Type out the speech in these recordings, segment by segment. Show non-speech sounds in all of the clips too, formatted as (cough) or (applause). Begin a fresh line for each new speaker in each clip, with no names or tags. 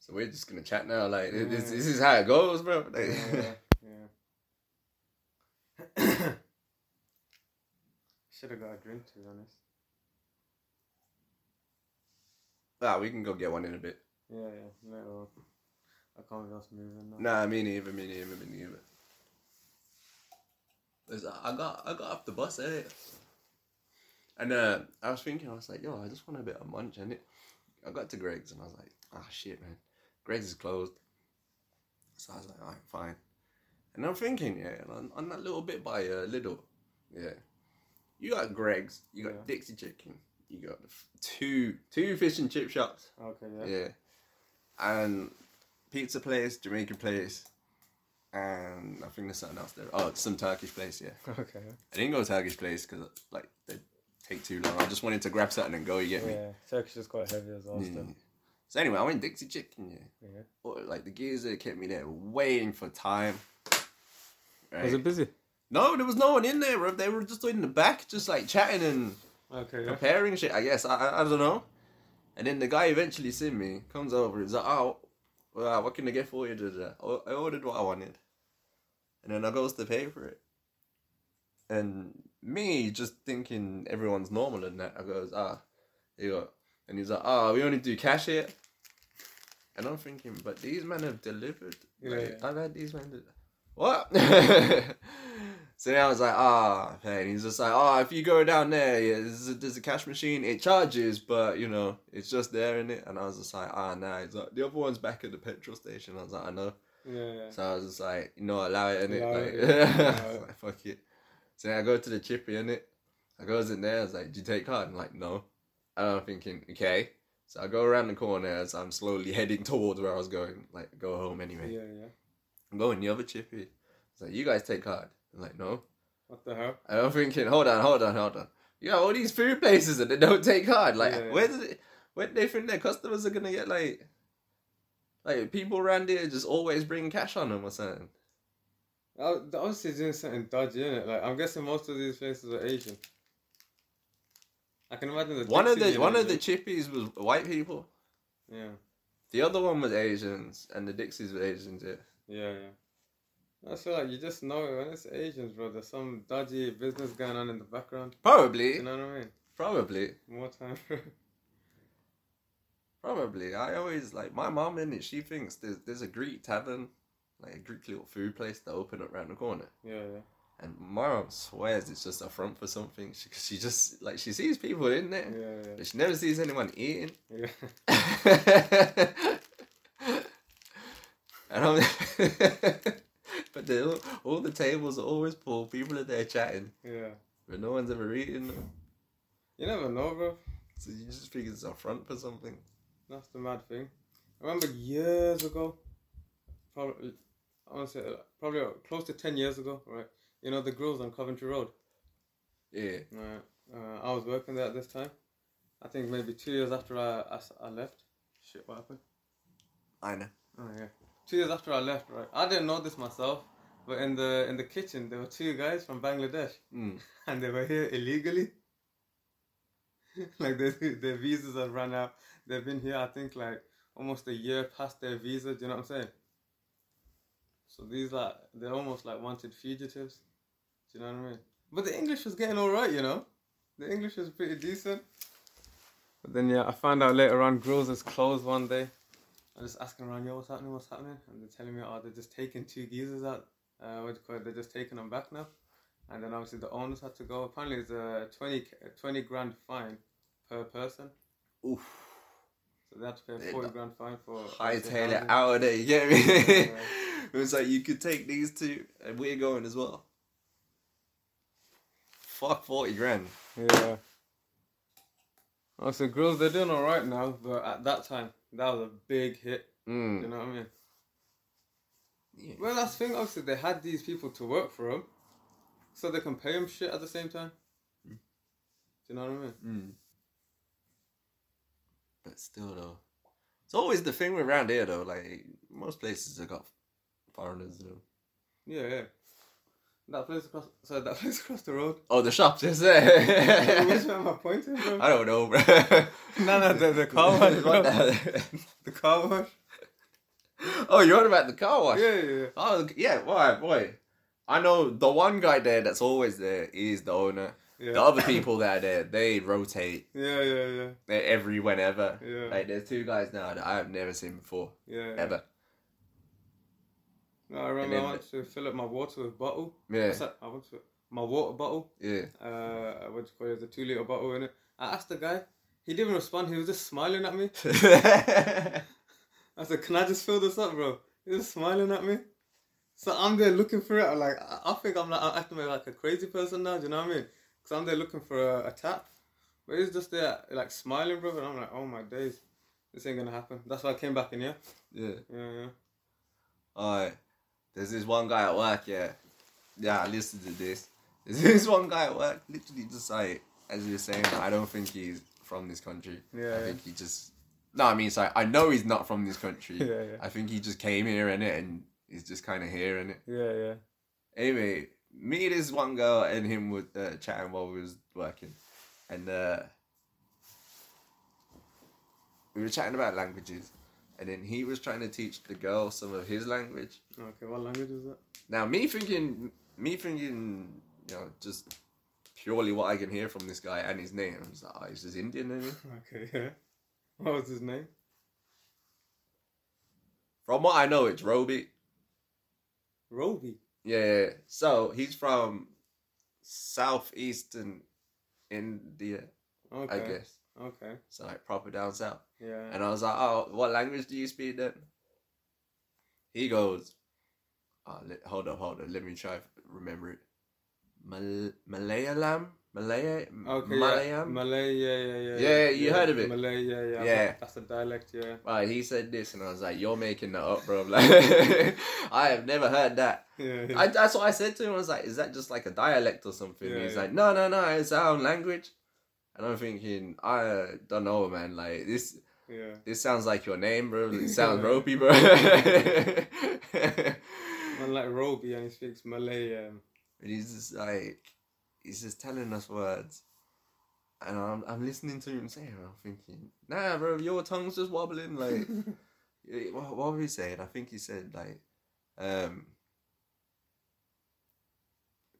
So we're just gonna chat now. Like it- this, this is how it goes, bro. Like,
yeah. (coughs) yeah. Should have got a drink to be honest.
(laughs) nah, we can go get one in a bit.
Yeah, yeah, no, I can't just move in now.
Nah, me neither. Me neither. Me neither. There's- I got I got off the bus eh? and uh, I was thinking I was like, yo, I just want a bit of munch, and it. I got to Greg's and I was like, ah shit, man, Greg's is closed. So I was like, alright, fine. And I'm thinking, yeah, and on, on that little bit by uh, Lidl, yeah, you got Greg's, you got
Yeah.
Dixie Chicken, you got the f- two two fish and chip shops.
Okay, yeah.
Yeah. And pizza place, Jamaican place, and I think there's something else there. Oh, some Turkish place, yeah.
(laughs) Okay.
I didn't go Turkish place because, like, they take too long. I just wanted to grab something and go, you get me?
Yeah, Turkish is quite heavy as well. Still.
Mm. So, anyway, I went Dixie Chicken, yeah.
Yeah.
Or, like, the geezer kept me there waiting for time. Right.
Was it busy?
no, there was no one in there, bro. They were just in the back, just like chatting and
Okay. Yeah.
preparing shit, I guess. I, I, I don't know. And then the guy eventually seen me, comes over, he's like, oh, well, what can I get for you? Da, da, da. Oh, I ordered what I wanted. And then I goes to pay for it. And me just thinking everyone's normal and that, I goes, ah, here you go. And he's like, ah, we only do cash here. And I'm thinking, but these men have delivered. Like,
Yeah.
I've had these men. Del- what? (laughs) so then I was like, ah, okay. And he's just like, ah, if you go down there, yeah, there's a, there's a cash machine. It charges, but you know, it's just there in it. And I was just like, ah, nah. He's like, the other one's back at the petrol station. I was like, I know.
Yeah. yeah.
So I was just like, you know, allow it in it.
Allow
Like, (laughs)
it, yeah.
I was like, fuck it. So then I go to the chippy in it. I goes in there. I was like, do you take card? I'm like, no. And I'm thinking, okay. So I go around the corner as I'm slowly (laughs) heading towards where I was going, like go home
Yeah.
anyway.
Yeah.
I'm going the other chippy. It's like, you guys take card. I'm like, no.
What the hell?
And I'm thinking, hold on, hold on, hold on. You got all these food places and they don't take card. Like,
Yeah.
where did it, where do they think their customers are gonna get like, like people around here just always bring cash on them or something?
Oh, they're obviously doing something dodgy, innit? Like I'm guessing most of these places are Asian. I can imagine the
One of
taxi
the one of the
unit,
chippies was white people.
yeah,
The other one was Asians, and the Dixies were Asians. Yeah.
yeah, yeah. I feel like you just know it when it's Asians, bro. There's some dodgy business going on in the background. You
Probably,
know what I mean?
probably,
More time. bro.
probably. I always like my mom in it. She thinks there's there's a Greek tavern, like a Greek little food place that open up round the corner.
(laughs) yeah, yeah.
And my mom swears it's just a front for something. She, 'cause she just like she sees people in there,
Yeah, yeah,
but she never sees anyone eating. (laughs)
yeah. (laughs)
and I'm, (laughs) but they all, all the tables are always full. People are there chatting,
yeah.
but no one's ever eating them.
You never know, bro.
So you just think it's a front for something.
That's the mad thing. I remember years ago, probably, I want to say, uh, probably close to 10 years ago, right? You know, the grills on Coventry Road.
Yeah,
Right. Uh, I was working there at this time. I think maybe two years after I, I s- I left. Shit, what happened?
I know.
Oh yeah. Two years after I left, right? I didn't know this myself, but in the in the kitchen there were two guys from Bangladesh, (laughs)
Mm.
and they were here illegally. (laughs) like their their visas have run out. They've been here, I think, like almost a year past their visa. Do you know what I'm saying? So these like they're almost like wanted fugitives. Do you know what I mean? But the English was getting all right, you know. The English was pretty decent. But then yeah, I found out later on Grills is closed one day. I just asking around, yo, what's happening? What's happening? And they're telling me, oh, they're just taking two geezers out. Uh, what do you call it? They're just taking them back now. And then obviously the owners had to go. Apparently it's a 20, k- 20 grand fine per person.
Oof.
So they had to pay
They
a 40
got
grand fine for.
Hightail it
housing.
out of there, you (laughs) get me? it
Yeah.
was like, you could take these two, and we're going as well. Fuck 40 grand.
Yeah. Oh, so girls, they're doing all right now, but at that time, that was a big hit. You
Mm.
know what I mean?
Yeah.
Well, that's the thing. Obviously, they had these people to work for them, so they can pay them shit at the same time. Do you know what I mean?
Mm. But still, though. It's always the thing around here, though. Like, most places have got foreigners, though.
Yeah, yeah. That place across, sorry, that (laughs) place across the
(laughs)
road.
Oh, the shops, is (laughs)
Which
there?
one am I pointing (laughs) from?
(laughs) I don't know, bro. (laughs)
No, no, the- the car one,
What the-
The car wash.
(laughs) oh, you're on about the car wash?
Yeah, yeah, yeah.
Oh, yeah, why, boy? I know the one guy there that's always there is the owner.
Yeah,
The other
(laughs)
people that are there, they rotate
yeah, yeah, yeah.
They're every whenever.
Yeah.
Like, there's two guys now that I have never seen before,
Yeah.
ever.
No, I remember
then
I went to fill up my water with bottle.
Yeah,
What's that? I went to my water bottle. (laughs)
yeah. (laughs)
Uh, what do you call it? The two liter bottle in it. I asked the guy. He didn't respond. He was just smiling at me. I said, "Can I just fill this up, bro?" He was smiling at me. So I'm there looking for it. I'm like, I, I think I'm like, I'm acting like a crazy person now. Do you know what I mean? Because I'm there looking for a, a tap, but he's just there like smiling, bro. And I'm like, "Oh my days, this ain't gonna happen." That's why I came back in here.
yeah.
Yeah, yeah.
Alright. There's this one guy at work, yeah. Yeah, I listened to this. (laughs) There's this one guy at work, literally just like, as you were saying, I don't think he's from this country. I
Yeah, yeah.
think he just. No, I mean, sorry, I know he's not from this country.
(laughs) Yeah, yeah.
I think he just came here in it and he's just kind of here in it.
Yeah, yeah.
anyway, me, this one girl, and him were uh, chatting while we was working, and uh, we were chatting about languages, and then he was trying to teach the girl some of his language.
Okay, what language is that? (laughs)
Now, me thinking, me thinking, you know, just purely what I can hear from this guy and his name, I was like, oh, he's just Indian, isn't he?
Okay, yeah. What was his name?
From what I know, it's Roby.
Roby.
Yeah, so he's from southeastern India,
Okay.
I guess.
Okay.
So like proper down south.
Yeah.
And I was like, oh, what language do you speak then? He goes, oh, le- hold up, hold up, let me try remember it. Mal- Malayalam? Malay-
Okay. Yeah.
Malayam?
Malay. Yeah, yeah, yeah.
Yeah, you heard of it?
Malay. Yeah, yeah.
Yeah.
That's a dialect. Yeah. (laughs)
right, he said this, and I was like, you're making that up, bro. (laughs) Like, I have never heard that.
Yeah.
I, that's what I said to him. I was like, is that just like a dialect or something?
Yeah,
He's
yeah.
like, no, no, no, it's our own language. And I'm thinking, I uh, don't know, man. Like, this
yeah.
this sounds like your name, bro.
(laughs)
It sounds ropey, bro. (laughs)
Man like Roby and he speaks Malay. Um,
And he's just like, he's just telling us words. And I'm, I'm listening to him saying, it, and I'm thinking, nah, bro, your tongue's just wobbling.
(laughs)
Like, eh, what, what were he saying? I think he said, like, um,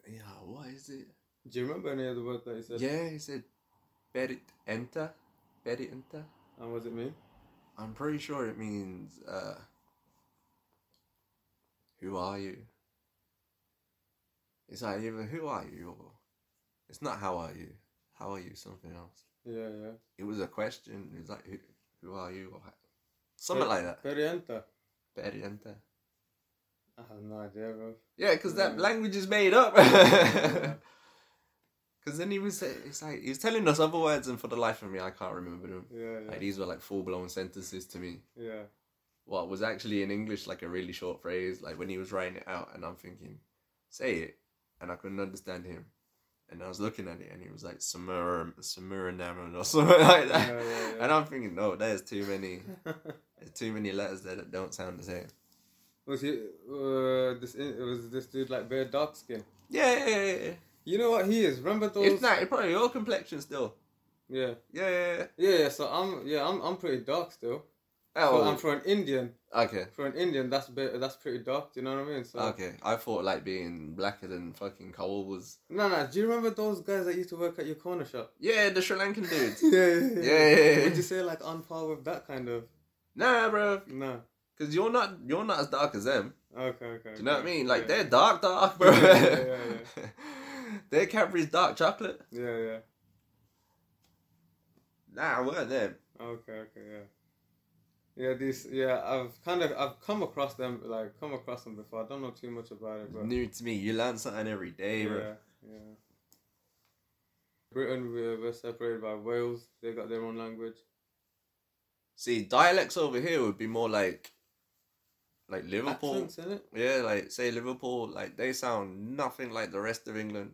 yeah, what is it?
do you remember any other word that he said?
Yeah, he said, berit enter, berit enter.
And was it me?
I'm pretty sure it means, uh, who are you? It's like either who are you or it's not how are you, how are you, something else.
Yeah, yeah.
It was a question, it was like, who, who are you? Or, how- something like that.
Perianta.
Periente.
I have no idea, bro.
Yeah, because that
Yeah.
language is made up. (laughs) Because then he was, say- it's like, he was telling us other words, and for the life of me, I can't remember them.
Yeah,
Like,
yeah.
these were like full blown sentences to me.
Yeah. (laughs)
what was actually in English like a really short phrase, like when he was writing it out, and I'm thinking, say it, and I couldn't understand him. And I was looking at it, and he was like Samur Samuranam or (laughs) something like that,
Yeah, yeah, yeah.
and I'm thinking, no, there's too many, there's too many letters there that don't sound the same.
was he? Uh, this was this dude like bare dark skin.
Yeah, yeah, yeah. yeah.
You know what he is? Remember those?
If not, it's probably your complexion still.
Yeah.
Yeah, yeah, yeah.
Yeah, yeah, so I'm yeah, I'm I'm pretty dark still. But I'm
Oh,
for an Indian.
okay,
For an Indian, that's bit, that's pretty dark. Do you know what I mean? So
okay. I thought like being blacker than fucking coal was.
no, no. Do you remember those guys that used to work at your corner shop?
Yeah, the Sri Lankan dudes.
(laughs) yeah, yeah,
Yeah, yeah, yeah.
Would you say like on par with that kind of?
nah, bro,
No.
because you're not you're not as dark as them.
Okay, okay.
Do you know what I mean? Like
yeah.
they're dark, dark, bro.
Yeah, yeah, yeah,
(laughs) Their Cadbury's dark chocolate.
Yeah, yeah.
Nah, we're them.
Okay, okay, yeah. Yeah, these. Yeah, I've kind of I've come across them like come across them before. I don't know too much about it, but
New to me. You learn something every day, bro.
yeah, yeah. Britain, we're, we're separated by Wales. They got their own language.
See, dialects over here would be more like, like Liverpool.
Accents in it.
Yeah, like say Liverpool. Like they sound nothing like the rest of England.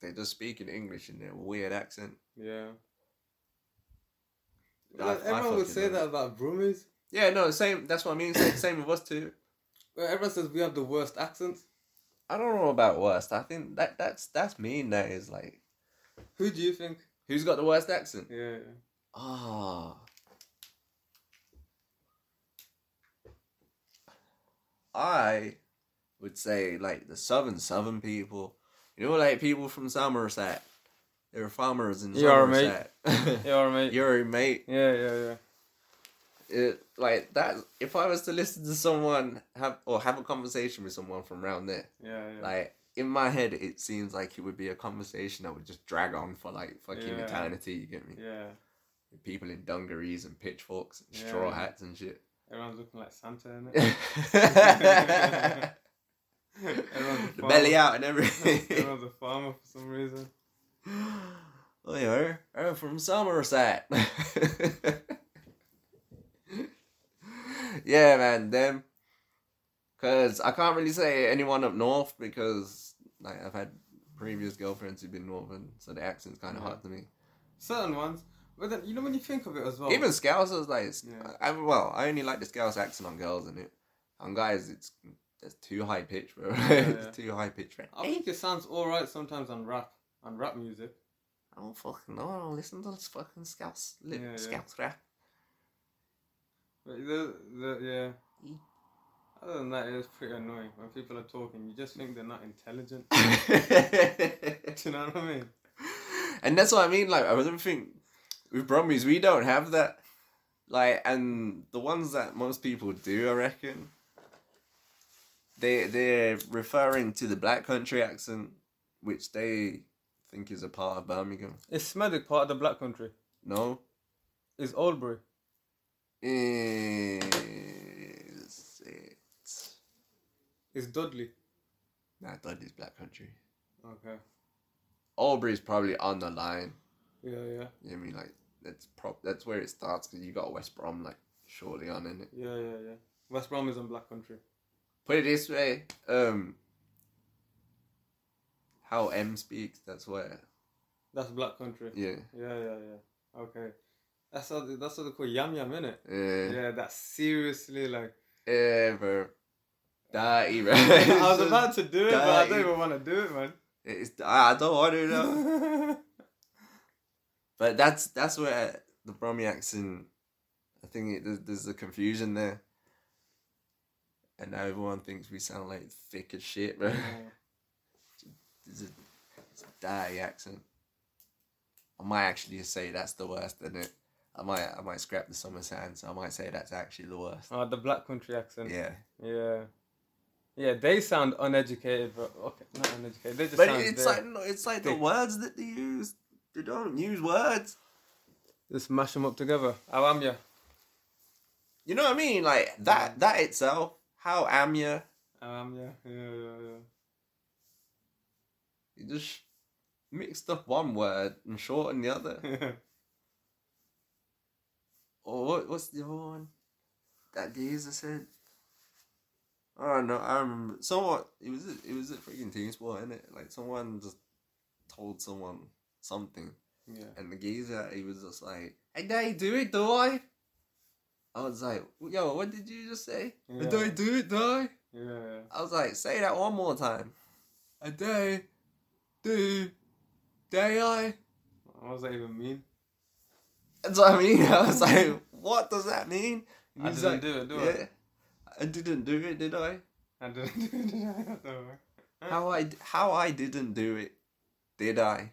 They just speak in English in their weird accent.
Yeah.
I-
Like,
I
everyone would
fucking
say
love
that about Brummies.
Yeah, no, same. That's what I mean. Same, same with us too.
Well, everyone says we have the worst accents.
I don't know about worst. I think that that's that's mean. That is like,
Who do you think?
who's got the worst accent?
Yeah,
Ah. I would say like the southern southern people. You know, like people from Somerset. They were farmers in
You are,
Somerset. (laughs)
Yeah, all right, mate.
You're mate.
Yeah, yeah, yeah.
It, like that. If I was to listen to someone have or have a conversation with someone from round there,
Yeah, yeah.
like in my head, it seems like it would be a conversation that would just drag on for like fucking
Yeah.
eternity. You get me?
yeah.
People in dungarees and pitchforks and
Yeah.
straw hats and
(laughs)
shit. (laughs)
Everyone's looking like Santa, innit?
the
Everyone's a farmer.
belly out and everything.
(laughs) Everyone's a farmer for some reason.
oh, yeah, I'm from Somerset. (laughs) yeah, man, them. Because I can't really say anyone up north because like I've had previous girlfriends who've been northern, so the accent's kind of
Yeah.
hard to me.
Certain ones, but then you know when you think of it as well.
Even Scousers, like,
Oh. Yeah.
I, well, I only like the Scouse accent on girls, and it on guys, it's it's too high pitched, bro. (laughs)
yeah.
it's too high pitched. Right?
I think it sounds alright sometimes on rap, on rap music.
I don't fucking know. I don't listen to this fucking Scouse lip,
Yeah, yeah.
Scouse rap.
But the, the, yeah.
Mm.
Other than that, it's pretty annoying when people are talking. You just think they're not intelligent.
(laughs)
(laughs) Do you know what I mean?
(laughs) and that's what I mean. Like, I don't think with Brumbies we don't have that. Like, and the ones that most people do, I reckon, they they're referring to the black country accent, which they think is a part of Birmingham.
It's Smedic part of the Black Country.
No,
It's Oldbury.
is it?
It's Dudley.
Nah, Dudley's black country.
Okay.
Albury's probably on the line.
Yeah, yeah,
You know what I mean, like that's prop. That's where it starts because you got West Brom like shortly on in it.
yeah, yeah, yeah. West Brom is in Black Country.
Put it this way, um, how M speaks, that's where.
That's Black Country.
Yeah,
Yeah, yeah, yeah. Okay. That's what they, that's what they call yam yam, innit?
yeah,
Yeah, that's
(laughs)
seriously like.
Uh, ever dirty. (laughs) Right?
I was about to do it, but I don't
dying.
even want to do it,
(laughs)
man.
It's I I don't want to
(laughs)
know. But that's that's where the Brummy accent. I think it, there's, there's a confusion there, and now everyone thinks we sound like thick as shit, bro.
Yeah.
It's a, it's a dirty accent. I might actually say that's the worst, isn't it? I might I might scrap the summer sands. I might say that's actually the worst.
Ah, the black country accent.
Yeah,
Yeah. Yeah, they sound uneducated, but okay, not uneducated. They just
but
sound
it's
dead.
like no, it's like the
Thick.
words that they use. They don't use words.
just mash them up together. How am ya?
You know what I mean? Like that that itself. How am you?
How am ya? Yeah, yeah, yeah. (laughs)
You just mixed up one word and shortened the other. Or what, what's the other one? That geezer said. Oh no, I remember. Someone it was it was a freaking team sport, innit? Like someone just told someone something,
yeah.
and the geezer he was just like, "I don't do it, do I?" I was like, "Yo, what did you just say? I
Yeah.
don't do it, do I?"
Yeah,
I was like, "Say that one more time." I day, do, day I.
what does that even mean?
That's what I mean. I
(laughs)
was like, what does that mean?
I
He's
didn't
like,
do it, do
yeah,
I?
I didn't do it, did I?
(laughs) I didn't do it, did I? Don't worry.
How I how I didn't do it, did I?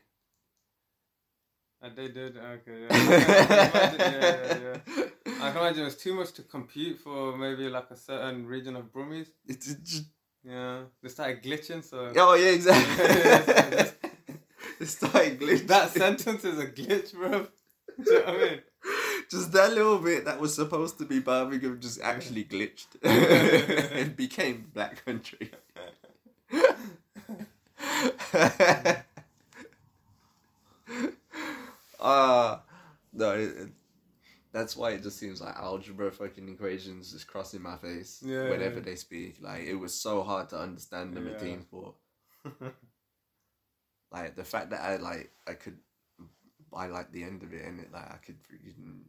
(laughs) I did, Uh, did okay, yeah. I can imagine, yeah, yeah, yeah. I can imagine it's too much to compute for maybe like a certain region of Brummies.
(laughs) It's just,
Yeah, they started glitching, so
oh yeah,
(laughs) Yeah, yeah,
exactly. (laughs) it's like glitch.
that (laughs) sentence is a glitch, bro. (laughs) Do you know what I mean?
just that little bit that was supposed to be Birmingham just actually glitched and became Black Country. (laughs) Ah, no, it, it- that's why it just seems like algebra fucking equations just crossing my face
Yeah.
whenever they speak. Like it was so hard to understand them
Yeah.
at team sport. like the fact that I like I could by like the end of it and it like I could freaking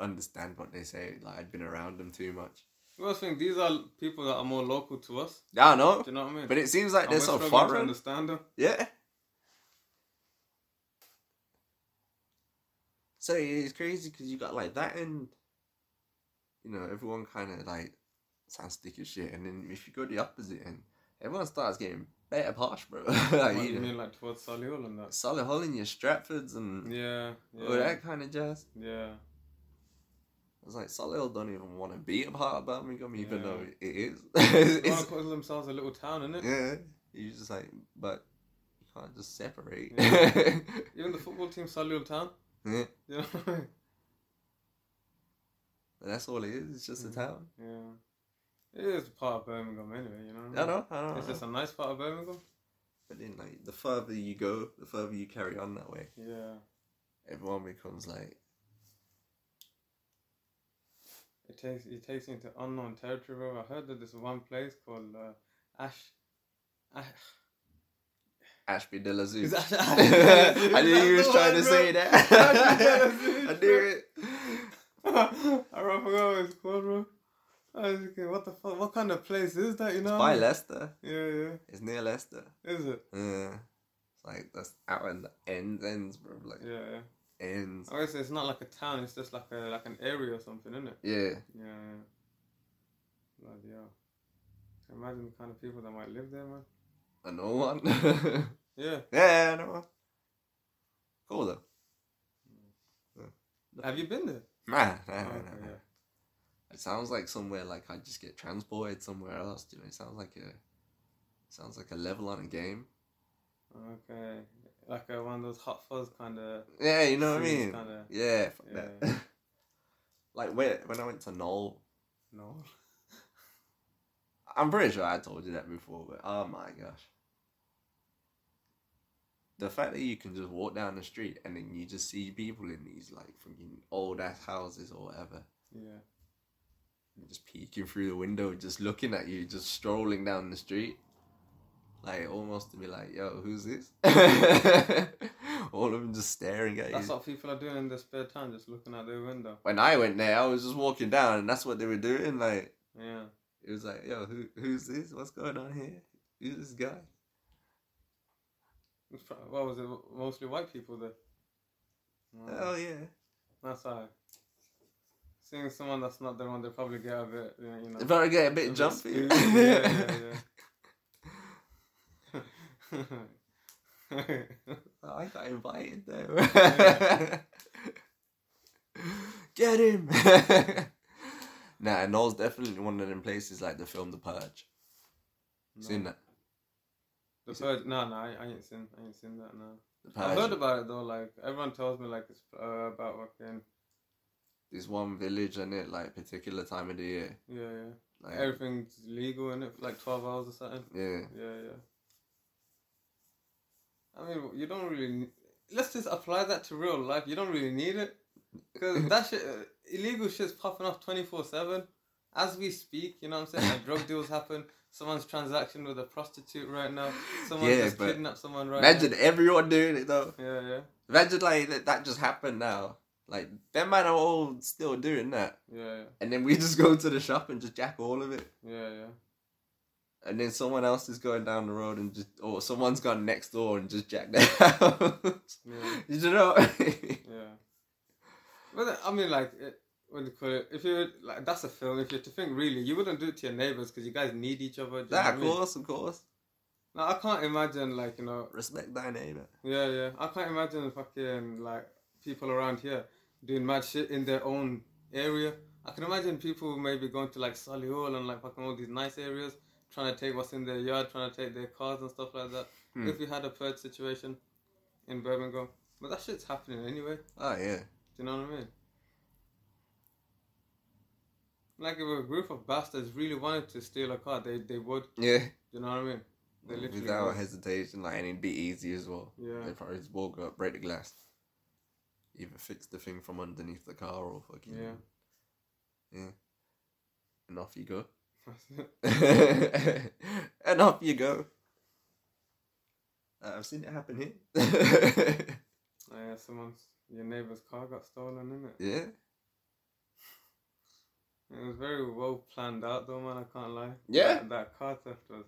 understand what they say. Like I'd been around them too much.
We also think these are people that are more local to us.
I don't know,
Do you know what I mean?
but it seems like they're
And we're
so
struggling to
foreign.
understand them.
Yeah. So it's crazy because you got like that, and you know everyone kind of like sounds sticky as shit. And then if you go the opposite end, everyone starts getting better posh, bro. (laughs) like,
What, you
you know,
mean like towards Solihull and that?
solid hole in your Stratfords and
Yeah, yeah,
all Oh, that kind of jazz.
yeah.
I was like, Solihull don't even want to be a part of Birmingham, even
Yeah.
though it is. (laughs)
They
It's-
want to call themselves a little town,
(laughs)
innit?
yeah, you just like, but you can't just separate.
Yeah. Even the football team, Solihull town.
Yeah.
(laughs) You know?
(laughs) But that's all it is. It's just a
Mm.
town.
yeah. It is part of Birmingham anyway, you know.
I know, I know. I
It's
know.
just a nice part of Birmingham.
But then, like, the further you go, the further you carry on that way,
Yeah.
everyone becomes like,
It takes it takes you into unknown territory. Bro. I heard that there's one place called uh, Ash. Ash. (laughs)
Ashby de la Zoo.
Is that-
(laughs) I knew
That's
you was
the
trying
one,
to say
bro.
that.
Ashby de la Zoo,
(laughs) I
bro.
knew it.
(laughs) I don't forgot what it's called, bro. I was thinking, what the fuck? What kind of place is that? You know.
By Leicester.
Yeah, yeah.
It's near Leicester.
Is it?
Yeah. It's like, that's out in the ends, ends, bro. Like,
Yeah, yeah.
ends.
I guess it's not like a town. It's just like a like an area or something, isn't it?
Yeah.
Yeah. yeah. Bloody hell. Imagine the kind of people that might live there, man.
I know one. (laughs)
Yeah.
yeah, I know one. Cool, though.
Have you been there?
Nah, nah, nah,
Oh,
nah,
okay,
nah.
yeah.
It sounds like somewhere like I just get transported somewhere else. You know, it sounds like a sounds like a level on a game.
Okay. Like uh, one of those hot fuzz kind of.
Yeah, you know what I
Trees
mean.
kinda-
yeah, fuck
yeah.
that. (laughs) like when when I went to Knoll,
No.
I'm pretty sure I told you that before, but oh my gosh, the fact that you can just walk down the street and then you just see people in these like fucking old ass houses or whatever.
Yeah.
and just peeking through the window, just looking at you, just strolling down the street. Like almost to be like, yo, who's this? (laughs) All of them just staring at
That's
you.
what people are doing in their spare time, just looking out their window.
When I went there, I was just walking down and that's what they were doing. Like
Yeah.
it was like, yo, who who's this? What's going on here? Who's this guy?
It's pro- What was it? Mostly white people there.
Oh yeah.
That's how. Seeing someone that's not their one, they probably get a bit, you know.
They better get a bit
a bit
jumpy. (laughs)
spooked. yeah, yeah, yeah.
I got invited there.
Yeah.
(laughs) Get him. (laughs) nah, and Noel's definitely one of them places like the film The Purge.
No.
Seen that?
(laughs) The
Is it-
purge? No, no, I, I ain't seen, I ain't seen that. No,
The
I've
Purge.
heard about it though. Like everyone tells me, like it's uh, about fucking
There's one village in it, like particular time of the year.
yeah, yeah.
Like,
Everything's legal in it for like twelve hours or something.
yeah,
Yeah, yeah. I mean, you don't really. n- Let's just apply that to real life. You don't really need it
(laughs)
because that shit, uh, illegal shit's popping off twenty four seven, as we speak. You know what I'm saying? Like drug deals happen. Someone's transaction with a prostitute right now. Someone
Yeah,
just
but
kidnapped someone right
imagine everyone doing it though.
now. Yeah, yeah,
Imagine like that, that just happened now. Like them man are all still doing that,
yeah,
and then we (laughs) just go to the shop and just jack all of it,
yeah, yeah, yeah.
and then someone else is going down the road and just, or someone's gone next door and just jacked (laughs) their house.
Yeah.
Did you (laughs) know?
Yeah. But I mean, like, it, what do you call it? If you like, that's a film. If you're to think really, you wouldn't do it to your neighbors because you guys need each other. do you know
nah,
what I
of
mean?
course, of course.
No, I can't imagine like you know.
Respect thy neighbor.
Yeah, yeah. I can't imagine fucking like people around here doing mad shit in their own area. I can imagine people maybe going to like Solihull and like fucking all these nice areas, trying to take what's in their yard, trying to take their cars and stuff like that.
Hmm.
If we had a purge situation in Birmingham, but that shit's happening anyway.
Oh yeah.
Do you know what I mean? Like if a group of bastards really wanted to steal a car, they they would.
Yeah.
Do you know what I mean? They literally
Without
would.
hesitation, like and it'd be easy as well.
Yeah.
They probably just walk up, break the glass. Either fix the thing from underneath the car or fucking
Yeah.
Yeah. And off you go. (laughs)
yeah, (laughs)
and off you go. Uh, I've seen it happen here.
someone's your neighbor's car got stolen, isn't it?
(laughs) yeah.
It was very well planned out, though, man. I can't lie.
Yeah.
that, that car theft was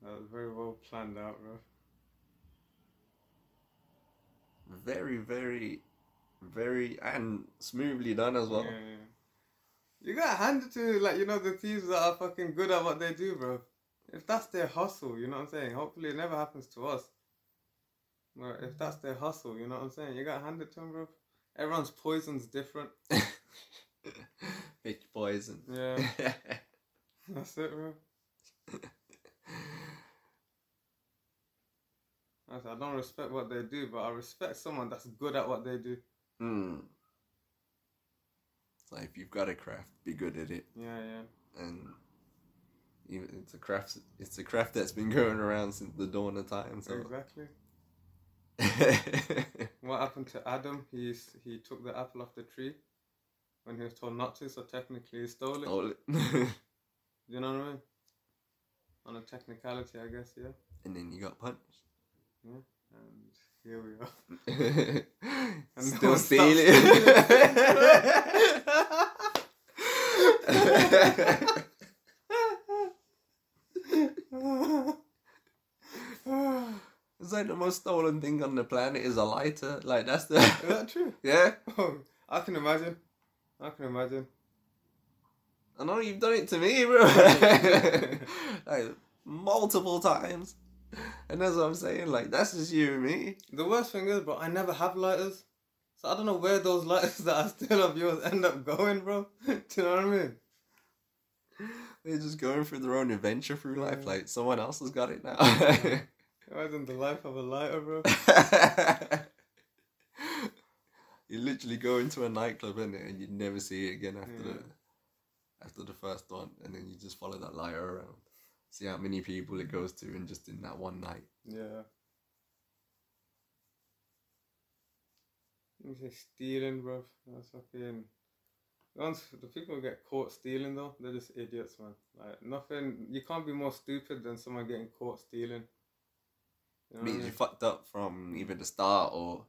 that was very well planned out, bro.
Very, very, very, and smoothly done as well.
Yeah, yeah. You gotta hand it to like you know the thieves that are fucking good at what they do, bro. If that's their hustle, you know what I'm saying. Hopefully, it never happens to us. But if that's their hustle, you know what I'm saying. You gotta hand it to them, bro. Everyone's poison's different.
(laughs) Bitch poison.
Yeah, (laughs) that's it, bro. I said, I don't respect what they do, but I respect someone that's good at what they do.
(laughs) Hmm. Like if you've got a craft, be good at it.
Yeah, yeah.
And even it's a craft. It's a craft that's been going around since the dawn of time. So.
Exactly. What happened to Adam? He's he took the apple off the tree when he was told not to, so technically he stole
(laughs)
it.
Stole it.
You know what I mean? On a technicality, I guess, yeah.
and then you got (laughs)
And here we are. (laughs)
punched.
And no
Still steal
one stops
(laughs) it. It's like the most stolen thing on the planet is a lighter. Like that's
Is
the
(laughs)
(laughs)
that true?
yeah.
Oh, I can imagine. I can imagine.
I know you've done it to me,
(laughs)
bro. (laughs) like multiple times, and that's what I'm saying. Like that's just you and me.
The worst thing is, bro, I never have lighters. So I don't know where those lighters (laughs) that are still of yours end up going, bro. (laughs) Do you know what I mean?
They're just going through their own adventure through life.
Yeah.
Like someone else has got it now.
Imagine the life of a lighter, bro.
(laughs) you literally go into a nightclub in and you never see it again after
Yeah.
the after the first one, and then you just follow that lighter around, see how many people it goes to, and just in that one night.
Yeah. You say stealing, bro. That's fucking. The ones the people who get caught stealing though, they're just idiots, man. Like nothing. You can't be more stupid than someone getting caught stealing. You know what I
means you
mean?
fucked up from either the start or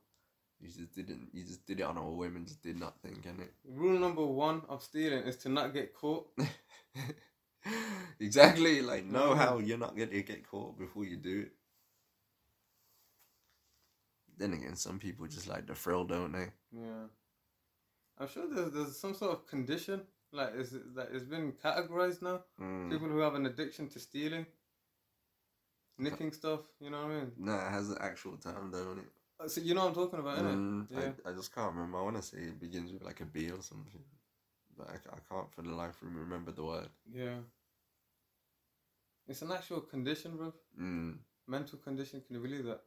you just didn't. You just did it on a whim and just did not think in it.
Rule number one of stealing is to not get caught.
(laughs) exactly. Like know
Mhm.
how you're not gonna get caught before you do it. Then again, some people just like the thrill, don't they?
Yeah. I'm sure there's there's some sort of condition like is that it's been categorized now.
Mm.
People who have an addiction to stealing, nicking stuff. You know what I mean?
No, it has an actual term, don't it?
Uh, So you know what I'm talking about, innit?
Mm,
Yeah.
I, I just can't remember. I want to say it begins with like a B or something. But I, ca- I can't for the life of me remember the word.
Yeah. It's an actual condition, bro.
Mm.
Mental condition. Can you believe that?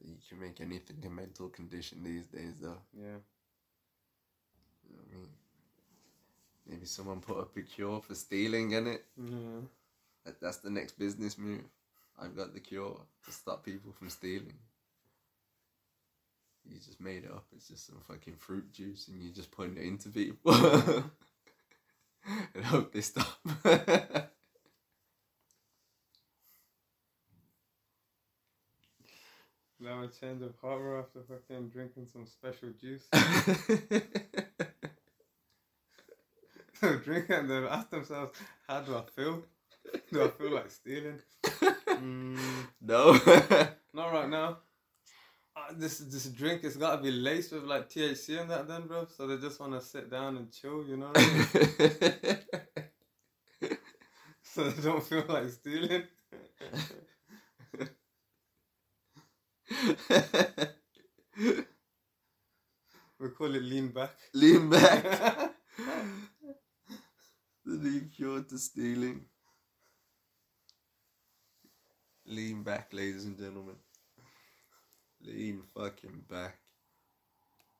You can make anything a mental condition these days, though.
Yeah.
You know what I mean? Maybe someone put up a cure for stealing in it.
Yeah.
That, that's the next business move. I've got the cure to stop people from stealing. You just made it up. It's just some fucking fruit juice and you just putting it into people. (laughs) and hope they stop. (laughs)
Now a change of heart, bro, after fucking drinking some special
(laughs)
juice. (laughs) Drink and then ask themselves, how do I feel? Do I feel like stealing? Mm,
no. (laughs)
not right now. Uh, this this drink has got to be laced with like THC and that, then, bro. So they just want to sit down and chill, you know. (laughs) What I mean? so they don't feel like stealing. we call it lean back.
Lean back.
yeah,
the new cure to stealing. Lean back, ladies and gentlemen. Lean fucking back.